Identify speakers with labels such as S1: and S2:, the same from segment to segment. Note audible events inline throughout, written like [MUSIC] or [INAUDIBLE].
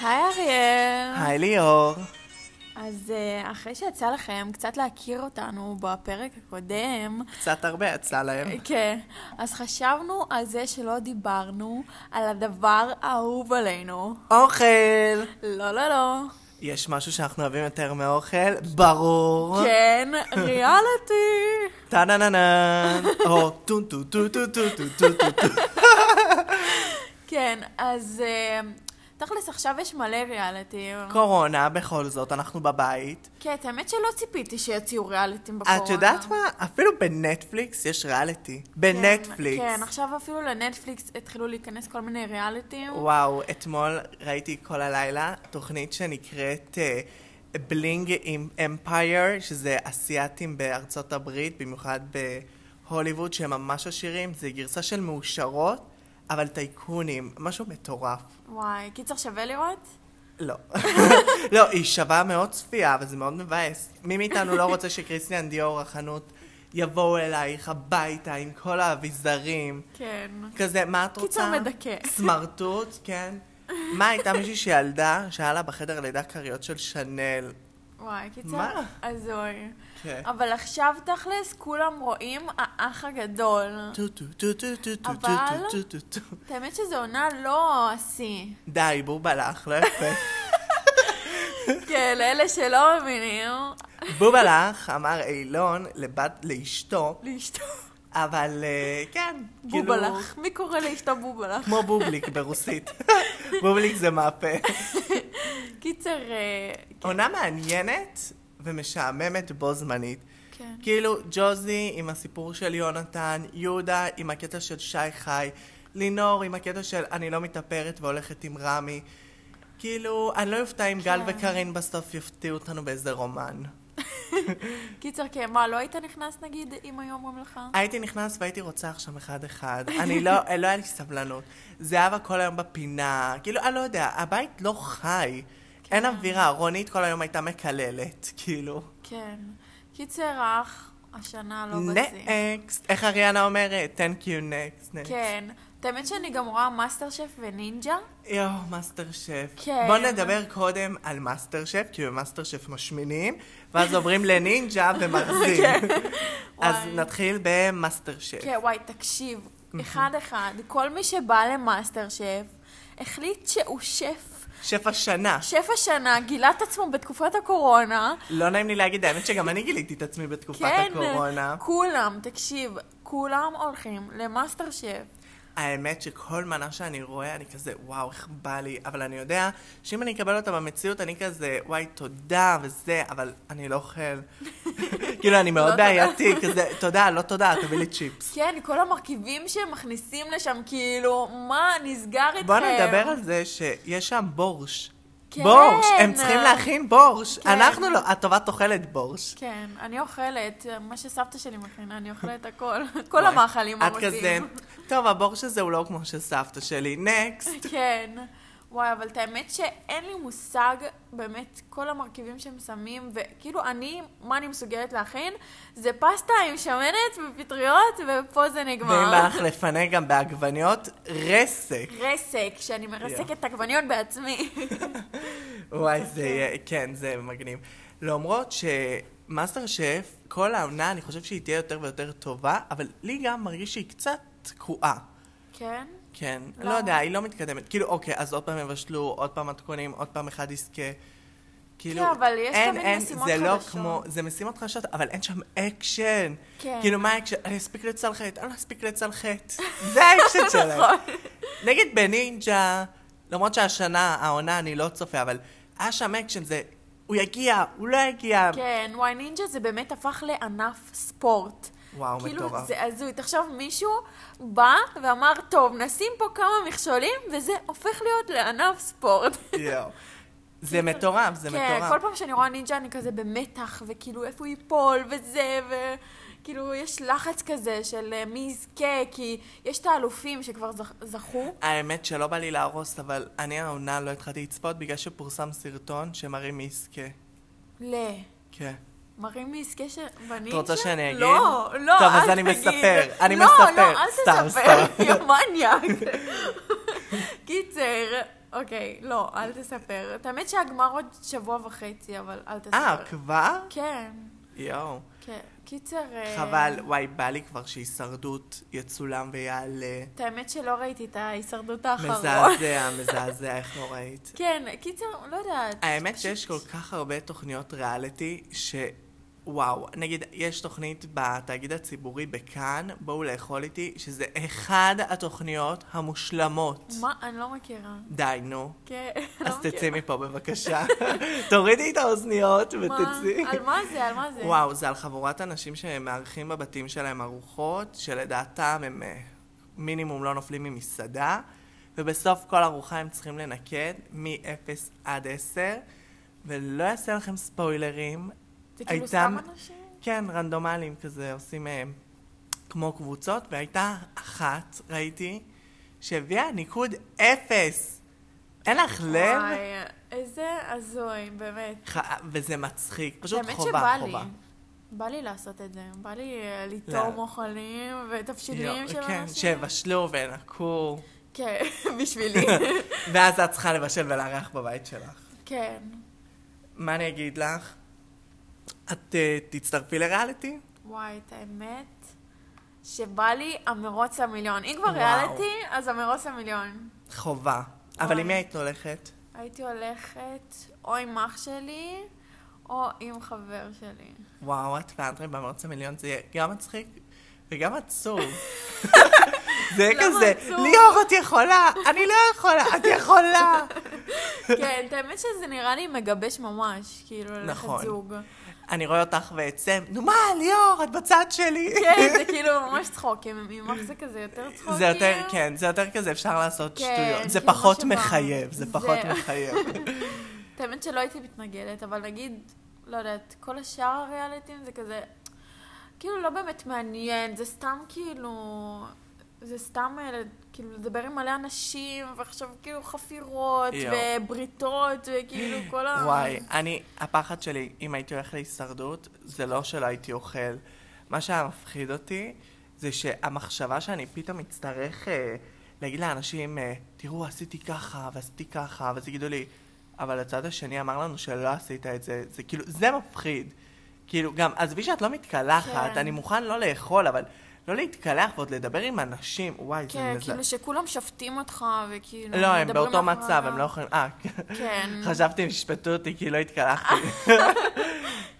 S1: היי אריאל.
S2: היי ליאור.
S1: אז אה, אחרי שיצא לכם קצת להכיר אותנו בפרק הקודם,
S2: קצת הרבה יצא להם.
S1: כן, אז חשבנו על זה שלא דיברנו על הדבר האהוב עלינו.
S2: אוכל!
S1: לא, לא, לא.
S2: יש משהו שאנחנו אוהבים יותר מאוכל? ברור. [LAUGHS]
S1: כן, ריאליטי.
S2: טה נה נה נה או טו טו טו טו טו טו טו טו טו.
S1: כן, אז אה, תכלס עכשיו יש מלא ריאליטי.
S2: קורונה, בכל זאת, אנחנו בבית.
S1: כן, את האמת שלא ציפיתי שיוציאו ריאליטים בקורונה.
S2: את יודעת מה? אפילו בנטפליקס יש ריאליטי. בנטפליקס.
S1: כן, כן, עכשיו אפילו לנטפליקס התחילו להיכנס כל מיני ריאליטים.
S2: וואו, אתמול ראיתי כל הלילה תוכנית שנקראת אה, בלינג אמפייר, שזה אסיאתים בארצות הברית, במיוחד בהוליווד, שהם ממש עשירים. זה גרסה של מאושרות, אבל טייקונים, משהו מטורף.
S1: וואי, קיצר שווה לראות?
S2: לא. [LAUGHS] לא, היא שווה מאוד צפייה, אבל זה מאוד מבאס. מי מאיתנו לא רוצה שקריסטיאן דיור, החנות, יבואו אלייך הביתה עם כל האביזרים.
S1: כן.
S2: כזה, מה את רוצה?
S1: קיצור מדכא.
S2: סמרטוט, כן. מה, הייתה מישהי שילדה, שהיה לה בחדר לידה כריות של שנל.
S1: וואי, קיצר
S2: מה?
S1: הזוי.
S2: כן.
S1: אבל עכשיו תכלס כולם רואים האח הגדול.
S2: טו טו טו טו טו טו טו
S1: אבל-
S2: טו טו טו.
S1: את האמת שזו עונה לא השיא.
S2: די, בובה לך, לא יפה.
S1: כן, לאלה שלא מבינים,
S2: בובה לך, אמר אילון לבת, לאשתו,
S1: לאשתו
S2: כאילו- אבל אה, כן, כאילו...
S1: בובלח. מי קורא לאשתו בובלח?
S2: כמו בובליק ברוסית. [LAUGHS] בובליק זה מאפה.
S1: קיצר, אה, כן,
S2: עונה מעניינת ומשעממת בו זמנית.
S1: כן.
S2: כאילו, ג'וזי עם הסיפור של יונתן, יהודה עם הקטע של שי חי, לינור עם הקטע של אני לא מתאפרת והולכת עם רמי. כאילו, אני לא אופתע אם גל
S1: כן.
S2: וקארין בסוף יפתיעו אותנו באיזה רומן.
S1: קיצר, כן, מה, לא היית נכנס נגיד אם היו אומרים לך?
S2: הייתי נכנס והייתי רוצח שם אחד-אחד.
S1: [LAUGHS]
S2: אני לא, לא היה לי סבלנות. זהבה כל היום בפינה. כאילו, אני לא יודע, הבית לא חי. אין אווירה. רונית כל היום הייתה מקללת, כאילו.
S1: כן. קיצר, אח, השנה לא בזיא.
S2: אה. נקסט. איך אריאנה אומרת? Thank you, next, next.
S1: כן. את האמת שאני גם רואה מאסטר שף ונינג'ה.
S2: יואו, מאסטר שף.
S1: כן.
S2: בואו נדבר קודם על מאסטר שף, כי במאסטר שף משמינים, ואז עוברים לנינג'ה
S1: [LAUGHS]
S2: ומרזים. אז
S1: כן. וואי.
S2: נתחיל במאסטר שף.
S1: כן, וואי, תקשיב, אחד-אחד, כל מי שבא למאסטר שף, החליט שהוא שף,
S2: שף השנה.
S1: שף השנה, גילה את עצמו בתקופת הקורונה.
S2: לא נעים לי להגיד, האמת שגם אני גיליתי את עצמי בתקופת
S1: כן,
S2: הקורונה.
S1: כולם, תקשיב, כולם הולכים למאסטר שף.
S2: האמת שכל מנה שאני רואה, אני כזה, וואו, איך בא לי. אבל אני יודע שאם אני אקבל אותה במציאות, אני כזה, וואי, תודה וזה, אבל אני
S1: [LAUGHS]
S2: לא אוכל. כאילו, אני מאוד
S1: לא תודה.
S2: בעייתי, כזה, תודה, לא תודה, תביא לי צ'יפס.
S1: כן, כל המרכיבים שהם מכניסים לשם, כאילו, מה, נסגר איתכם?
S2: בוא נדבר על זה שיש שם בורש.
S1: כן.
S2: בורש, הם צריכים להכין בורש.
S1: כן.
S2: אנחנו לא, הטובת אוכלת בורש.
S1: כן, אני אוכלת, מה שסבתא שלי מכינה, אני אוכלת הכל, [LAUGHS] כל המאכלים
S2: אוקיי? את
S1: הרוסים.
S2: כזה, טוב, הבורש הזה הוא לא כמו של סבתא שלי, נקסט.
S1: [LAUGHS] כן. וואי, אבל את האמת שאין לי מושג באמת כל המרכיבים שהם שמים, וכאילו אני, מה אני מסוגלת להכין? זה פסטה עם שמנת ופטריות, ופה זה
S2: ואם
S1: נגמר.
S2: בא לך לפנק גם בעגבניות, רסק.
S1: רסק, שאני מרסקת את העגבניות בעצמי. [LAUGHS]
S2: וואי, זה יהיה, כן, זה מגניב. למרות שמאסטר שף, כל העונה, אני חושב שהיא תהיה יותר ויותר טובה, אבל לי גם מרגיש שהיא קצת תקועה.
S1: כן?
S2: כן, לא
S1: למה?
S2: יודע, היא לא מתקדמת. כאילו, אוקיי, אז עוד פעם יבשלו, עוד פעם מתכונים, עוד פעם אחד יזכה. כאילו,
S1: כן, אבל יש
S2: אין,
S1: תמיד
S2: אין,
S1: משימות
S2: זה לא
S1: חדשות.
S2: כמו, זה משימות חדשות, אבל אין שם אקשן.
S1: כן.
S2: כאילו, מה האקשן? אני אספיק לצלחת, אני לא אספיק
S1: [LAUGHS]
S2: לצלחת. זה האקשן
S1: נכון.
S2: שלהם. נגיד בנינג'ה, למרות שהשנה, העונה, אני לא צופה, אבל היה שם אקשן, זה, הוא יגיע, הוא לא יגיע.
S1: כן, וואי, נינג'ה זה באמת הפך לענף ספורט.
S2: וואו,
S1: כאילו,
S2: אה, מטורף.
S1: זה הזוי. תחשוב, מישהו בא ואמר, טוב, נשים פה כמה מכשולים, וזה הופך להיות לענף ספורט. [LAUGHS]
S2: יואו. זה מטורף, זה
S1: כן,
S2: מטורף.
S1: כל פעם שאני רואה נינג'ה אני כזה במתח, וכאילו איפה הוא ייפול, וזה, וכאילו יש לחץ כזה של אה, מי יזכה, כי יש את האלופים שכבר זכ- זכו.
S2: האמת שלא בא לי להרוס, אבל אני העונה לא התחלתי לצפות בגלל שפורסם סרטון שמראה מי יזכה.
S1: ל...
S2: כן.
S1: מראים לי עסקי ש... בנינג'ה?
S2: את רוצה שאני אגיד?
S1: לא, לא,
S2: טוב,
S1: אל
S2: אז אני
S1: תגיד.
S2: מספר, אני
S1: לא,
S2: מספר.
S1: [LAUGHS] לא, אל
S2: סתם,
S1: תספר,
S2: סתם.
S1: יא מניאק. [LAUGHS] קיצר, אוקיי, לא, אל תספר. את האמת שהגמר עוד שבוע וחצי, אבל אל תספר.
S2: אה, כבר?
S1: כן,
S2: יואו.
S1: כן. קיצר... אה,
S2: חבל, וואי, בא לי כבר שהישרדות יצולם ויעלה.
S1: את האמת שלא ראיתי את ההישרדות האחרון.
S2: מזעזע, מזעזע, איך לא ראית.
S1: [LAUGHS] כן, קיצר, לא יודעת.
S2: האמת
S1: פשוט-
S2: שיש כל כך הרבה תוכניות ריאליטי, שוואו, נגיד, יש תוכנית בתאגיד הציבורי בכאן, בואו לאכול איתי, שזה אחד התוכניות המושלמות.
S1: מה? אני לא מכירה.
S2: די, נו.
S1: כן, [LAUGHS] לא
S2: אז תצאי
S1: מכירה.
S2: מפה בבקשה. [LAUGHS] תורידי את האוזניות ותצאי.
S1: מה? על מה זה? על מה זה?
S2: וואו, זה על חבורת אנשים שמארחים בבתים שלהם ארוחות, שלדעתם הם אה, מינימום לא נופלים ממסעדה, ובסוף כל ארוחה הם צריכים לנקד מ-0 עד 10, ולא אעשה לכם ספוילרים.
S1: זה כאילו
S2: הייתה-
S1: סתם אנשים?
S2: כן, רנדומליים כזה, עושים אה, כמו קבוצות, והייתה אחת, ראיתי, שהביאה ניקוד 0. אין לך לב?
S1: וואי, איזה הזוי, באמת.
S2: ח- וזה מצחיק, פשוט
S1: האמת
S2: חובה,
S1: שבא לי.
S2: חובה.
S1: בא לי לעשות את זה, בא לי אה,
S2: לא.
S1: ליטום אוכלים ותבשילים
S2: יו,
S1: של
S2: כן,
S1: אנשים.
S2: שיבשלו וינקו.
S1: כן, [LAUGHS]
S2: [LAUGHS]
S1: בשבילי.
S2: ואז את צריכה לבשל ולארח בבית שלך.
S1: כן.
S2: מה אני אגיד לך? את אה, תצטרפי לריאליטי?
S1: וואי, את האמת שבא לי המרוץ למיליון. אם כבר
S2: וואו.
S1: ריאליטי, אז המרוץ למיליון.
S2: חובה. אבל
S1: וואי.
S2: עם מי היית הולכת?
S1: הייתי הולכת או עם אח שלי, או עם חבר
S2: [LAUGHS]
S1: שלי.
S2: וואו, את ואנדרי במרוץ המיליון זה יהיה גם מצחיק
S1: [LAUGHS]
S2: וגם עצוב. זה יהיה
S1: למה
S2: כזה,
S1: עצוב?
S2: ליאור, את יכולה, אני לא יכולה, את
S1: [LAUGHS]
S2: יכולה.
S1: כן, את האמת שזה נראה לי מגבש ממש, כאילו, ללכת
S2: נכון.
S1: זוג.
S2: אני רואה אותך בעצם, נו מה, ליאור, את בצד שלי.
S1: כן, זה כאילו ממש צחוקים, עם- עם אח זה כזה יותר צחוקים.
S2: זה יותר, כן, זה יותר כזה, אפשר לעשות
S1: כן,
S2: שטויות. זה
S1: כאילו
S2: פחות
S1: שבא.
S2: מחייב, זה
S1: זה-
S2: פחות
S1: [LAUGHS]
S2: מחייב.
S1: את האמת שלא הייתי מתנגדת, אבל נגיד, לא יודעת, כל השאר הריאליטים זה כזה, כאילו לא באמת מעניין, זה סתם כאילו, זה סתם אה, כאילו לדבר עם מלא אנשים, ועכשיו כאילו חפירות,
S2: יואו.
S1: ובריתות, וכאילו
S2: [LAUGHS]
S1: כל ה...
S2: וואי, אני, הפחד שלי, אם הייתי הולך להישרדות, זה לא שלא הייתי אוכל. מה שהיה מפחיד אותי, זה שהמחשבה שאני פתאום אצטרך אה, להגיד לאנשים, אה, תראו, עשיתי ככה, ועשיתי ככה, ואז יגידו לי, אבל הצד השני אמר לנו שלא עשית את זה, זה כאילו, זה מפחיד. כאילו, גם, עזבי שאת לא מתקלחת,
S1: כן.
S2: אני מוכן לא לאכול, אבל לא להתקלח ועוד לדבר עם אנשים, וואי, זה
S1: כן,
S2: מזל...
S1: כאילו שכולם שופטים אותך, וכאילו...
S2: לא, הם
S1: מדברים
S2: באותו
S1: מאחורי
S2: מצב, הם
S1: הגב.
S2: לא יכולים... אה,
S1: כן,
S2: [LAUGHS] חשבתי הם ישפטו אותי כי לא התקלחתי.
S1: כן.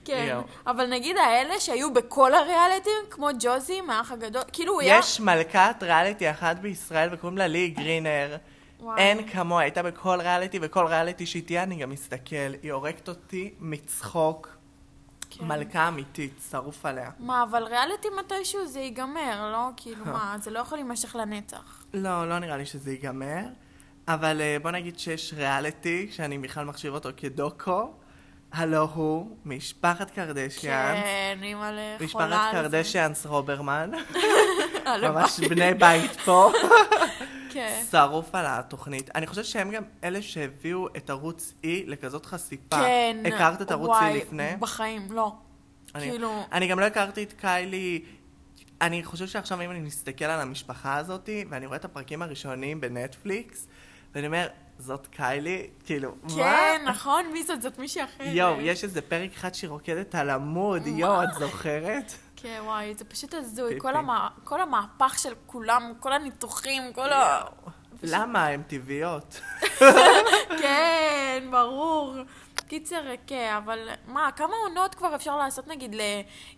S2: יואו.
S1: אבל נגיד האלה שהיו בכל הריאליטים, כמו ג'וזי מהאח הגדול, כאילו הוא היה...
S2: יש מלכת ריאליטי אחת בישראל וקוראים לה לי גרינר.
S1: וואי.
S2: אין כמוה, הייתה בכל ריאליטי, וכל ריאליטי שהיא תהיה, אני גם מסתכל. היא הורגת אותי מצחוק.
S1: כן.
S2: מלכה אמיתית, שרוף עליה.
S1: מה, אבל ריאליטי מתישהו זה ייגמר, לא? כאילו,
S2: אה.
S1: מה, זה לא יכול להימשך לנצח.
S2: לא, לא נראה לי שזה ייגמר. אבל אה, בוא נגיד שיש ריאליטי, שאני בכלל מחשיב אותו כדוקו. הלו הוא, משפחת קרדשיאנס.
S1: כן, אימא'לה, חולה
S2: משפחת
S1: על זה.
S2: קרדשיאנס רוברמן.
S1: [LAUGHS] הלוואי.
S2: ממש בני בית
S1: [LAUGHS]
S2: פה.
S1: כן.
S2: שרוף על התוכנית. אני חושבת שהם גם אלה שהביאו את ערוץ E לכזאת חשיפה.
S1: כן.
S2: הכרת את ערוץ E
S1: וואי,
S2: לפני?
S1: בחיים, לא.
S2: אני-
S1: כאילו,
S2: אני גם לא הכרתי את קיילי. אני חושבת שעכשיו אם אני מסתכל על המשפחה הזאת, ואני רואה את הפרקים הראשונים בנטפליקס, ואני אומר, זאת קיילי? כאילו,
S1: כן,
S2: מה?
S1: נכון, מי זאת? זאת מישהי אחרת.
S2: יואו, יש איזה פרק אחד שהיא רוקדת על עמוד, יואו, את זוכרת?
S1: כן, וואי, זה פשוט הזוי.
S2: פיפי.
S1: כל המע- כל המהפך של כולם, כל הניתוחים, כל ה...
S2: למה? הן טבעיות.
S1: כן, ברור. קיצר, כן, אבל מה, כמה עונות כבר אפשר לעשות נגיד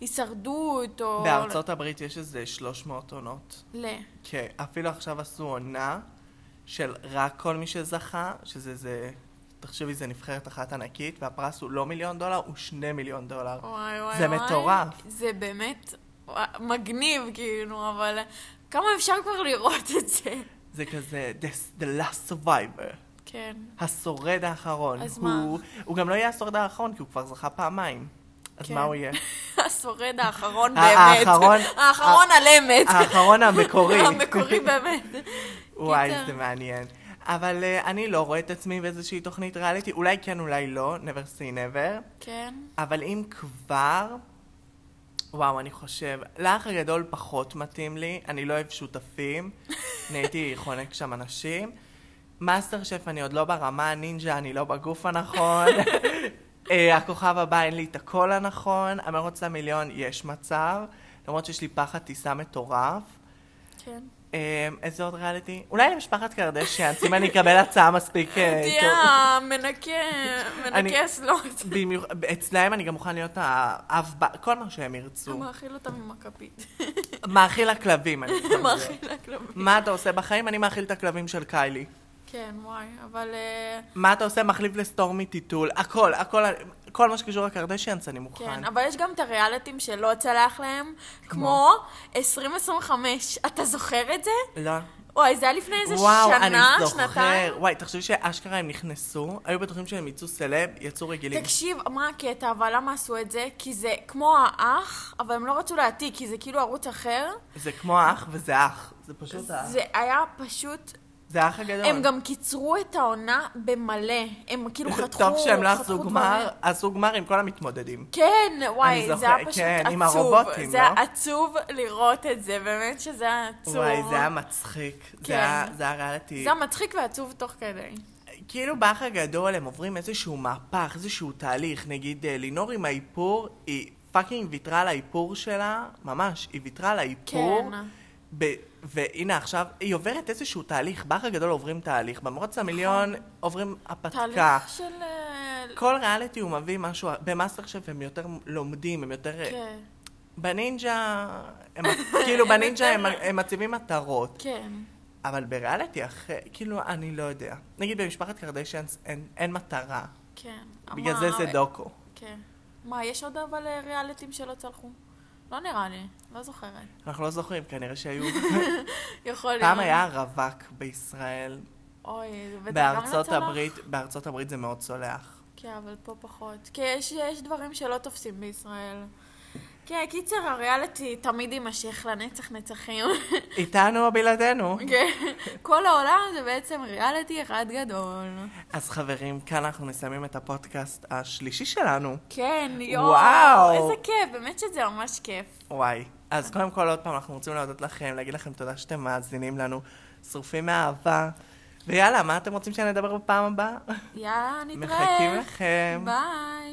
S1: להישרדות, או...
S2: בארצות הברית יש איזה 300 עונות.
S1: ל...
S2: כן, אפילו עכשיו עשו עונה של רק כל מי שזכה, שזה זה, תחשבי, זה נבחרת אחת ענקית, והפרס הוא לא מיליון דולר, הוא שני מיליון דולר.
S1: וואי, וואי,
S2: זה
S1: וואי.
S2: מטורף.
S1: זה באמת וואי, מגניב, כאילו, אבל כמה אפשר כבר לראות את זה?
S2: זה כזה, this, the last survivor,
S1: כן.
S2: השורד האחרון.
S1: אז
S2: הוא,
S1: מה?
S2: הוא גם לא יהיה השורד האחרון, כי הוא כבר זכה פעמיים. אז
S1: כן.
S2: מה
S1: [LAUGHS]
S2: הוא יהיה?
S1: השורד האחרון
S2: ה-
S1: באמת.
S2: האחרון-
S1: האחרון על אמת.
S2: האחרון המקורי. [LAUGHS]
S1: המקורי באמת.
S2: וואי,
S1: קיצר.
S2: זה מעניין. אבל אה, אני לא רואה את עצמי באיזושהי תוכנית ריאליטי, אולי כן, אולי לא, never say never.
S1: כן.
S2: אבל אם כבר, וואו, אני חושב, לאח הגדול פחות מתאים לי, אני לא אוהב שותפים, אני הייתי חונק שם אנשים. מאסטר שף, אני עוד לא ברמה הנינג'ה, אני לא בגוף הנכון. אה, הכוכב הבא, אין לי את הקול הנכון. המרוץ למיליון, יש מצב. למרות שיש לי פחד טיסה מטורף.
S1: כן.
S2: אה, איזה עוד ריאליטי? אולי למשפחת קרדשיאנס, אם אני אקבל הצעה מספיק... אה,
S1: [LAUGHS] תהיה
S2: טוב.
S1: המנקה,
S2: אני-
S1: מנקה הסלוט.
S2: במיוח- אצלהם אני גם מוכן להיות האב, ב- כל מה שהם ירצו.
S1: מאכיל אותם עם הכפית.
S2: מאכיל
S1: [LAUGHS]
S2: הכלבים, אני מוכן להיות.
S1: מאכיל הכלבים.
S2: מה אתה עושה בחיים? אני מאכיל את הכלבים של קיילי.
S1: כן, וואי, אבל... אה,
S2: מה אתה עושה? מחליף לסטורמי טיטול. הכל, הכל, כל מה שקשור לקרדשיאנס אני מוכן.
S1: כן, אבל יש גם את הריאליטים שלא צלח להם, כמו 2025. אתה זוכר את זה?
S2: לא.
S1: וואי, זה היה לפני איזה
S2: וואו, אני
S1: שנה, שנתיים.
S2: זוכר. וואי, תחשבי שאשכרה הם נכנסו, היו בטוחים שהם יצאו סלב, יצאו רגילים.
S1: תקשיב, מה הקטע, אבל למה עשו את זה? כי זה כמו האח, אבל הם לא רצו להעתיק, כי זה כאילו ערוץ אחר.
S2: זה כמו האח וזה אח. זה פשוט האח.
S1: זה היה פשוט...
S2: זה האח הגדול.
S1: הם גם קיצרו את העונה במלא. הם כאילו חתכו...
S2: טוב שהם לא
S1: חתכו
S2: עשו
S1: דברים.
S2: גמר, עשו גמר עם כל המתמודדים.
S1: כן,
S2: אני
S1: וואי,
S2: זוכר,
S1: זה היה פשוט
S2: כן,
S1: עצוב.
S2: עם הרובוטים,
S1: זה היה
S2: לא?
S1: עצוב לראות את זה, באמת שזה היה עצוב.
S2: וואי, זה היה מצחיק.
S1: כן.
S2: זה היה זה היה ריאליטי.
S1: זה היה מצחיק ועצוב תוך כדי.
S2: כאילו באח הגדול הם עוברים איזשהו מהפך, איזשהו תהליך. נגיד אה, לינור עם האיפור, היא פאקינג ויתרה על האיפור שלה, ממש, היא ויתרה על האיפור.
S1: כן.
S2: ב- והנה עכשיו, היא עוברת איזשהו תהליך, באח הגדול עוברים תהליך, במרוץ המיליון עוברים הפתקה.
S1: נכון. תהליך של... אה,
S2: כל ריאליטי הוא מביא משהו, במאסטר שף הם יותר לומדים, הם יותר... אה,
S1: כן, [LAUGHS]
S2: בנינג'ה, הם, כאילו בנינג'ה הם, הם מציבים מטרות.
S1: כן.
S2: אבל בריאליטי אחרי, כאילו, אני לא יודע. נגיד במשפחת קרדשיאנס אין, אין מטרה,
S1: כן.
S2: בגלל
S1: אמר-
S2: זה זה דוקו.
S1: כן. מה, יש עוד אבל אה, ריאליטים שלא צלחו? לא נראה לי, לא זוכרת. [LAUGHS]
S2: אנחנו לא זוכרים, כנראה שהיו...
S1: יכול להיות.
S2: פעם היה רווק בישראל,
S1: אוי, זה בטח גם לא
S2: בארצות
S1: צלח.
S2: הברית, בארצות הברית זה מאוד צולח.
S1: כן, אבל פה פחות. כי יש, יש דברים שלא תופסים בישראל. כן, קיצר, הריאליטי תמיד יימשך לנצח נצחים. [LAUGHS]
S2: איתנו או בלעדינו.
S1: כן. כל העולם זה בעצם ריאליטי אחד גדול.
S2: אז חברים, כאן אנחנו מסיימים את הפודקאסט השלישי שלנו.
S1: כן, יואו.
S2: וואו.
S1: איזה כיף, באמת שזה ממש כיף.
S2: וואי. אז קודם כל, עוד פעם, אנחנו רוצים להודות לכם, להגיד לכם תודה שאתם מאזינים לנו, שרופים מאהבה. ויאללה, מה אתם רוצים שנדבר בפעם הבאה?
S1: יאללה, נתראה.
S2: מחכים לכם.
S1: ביי.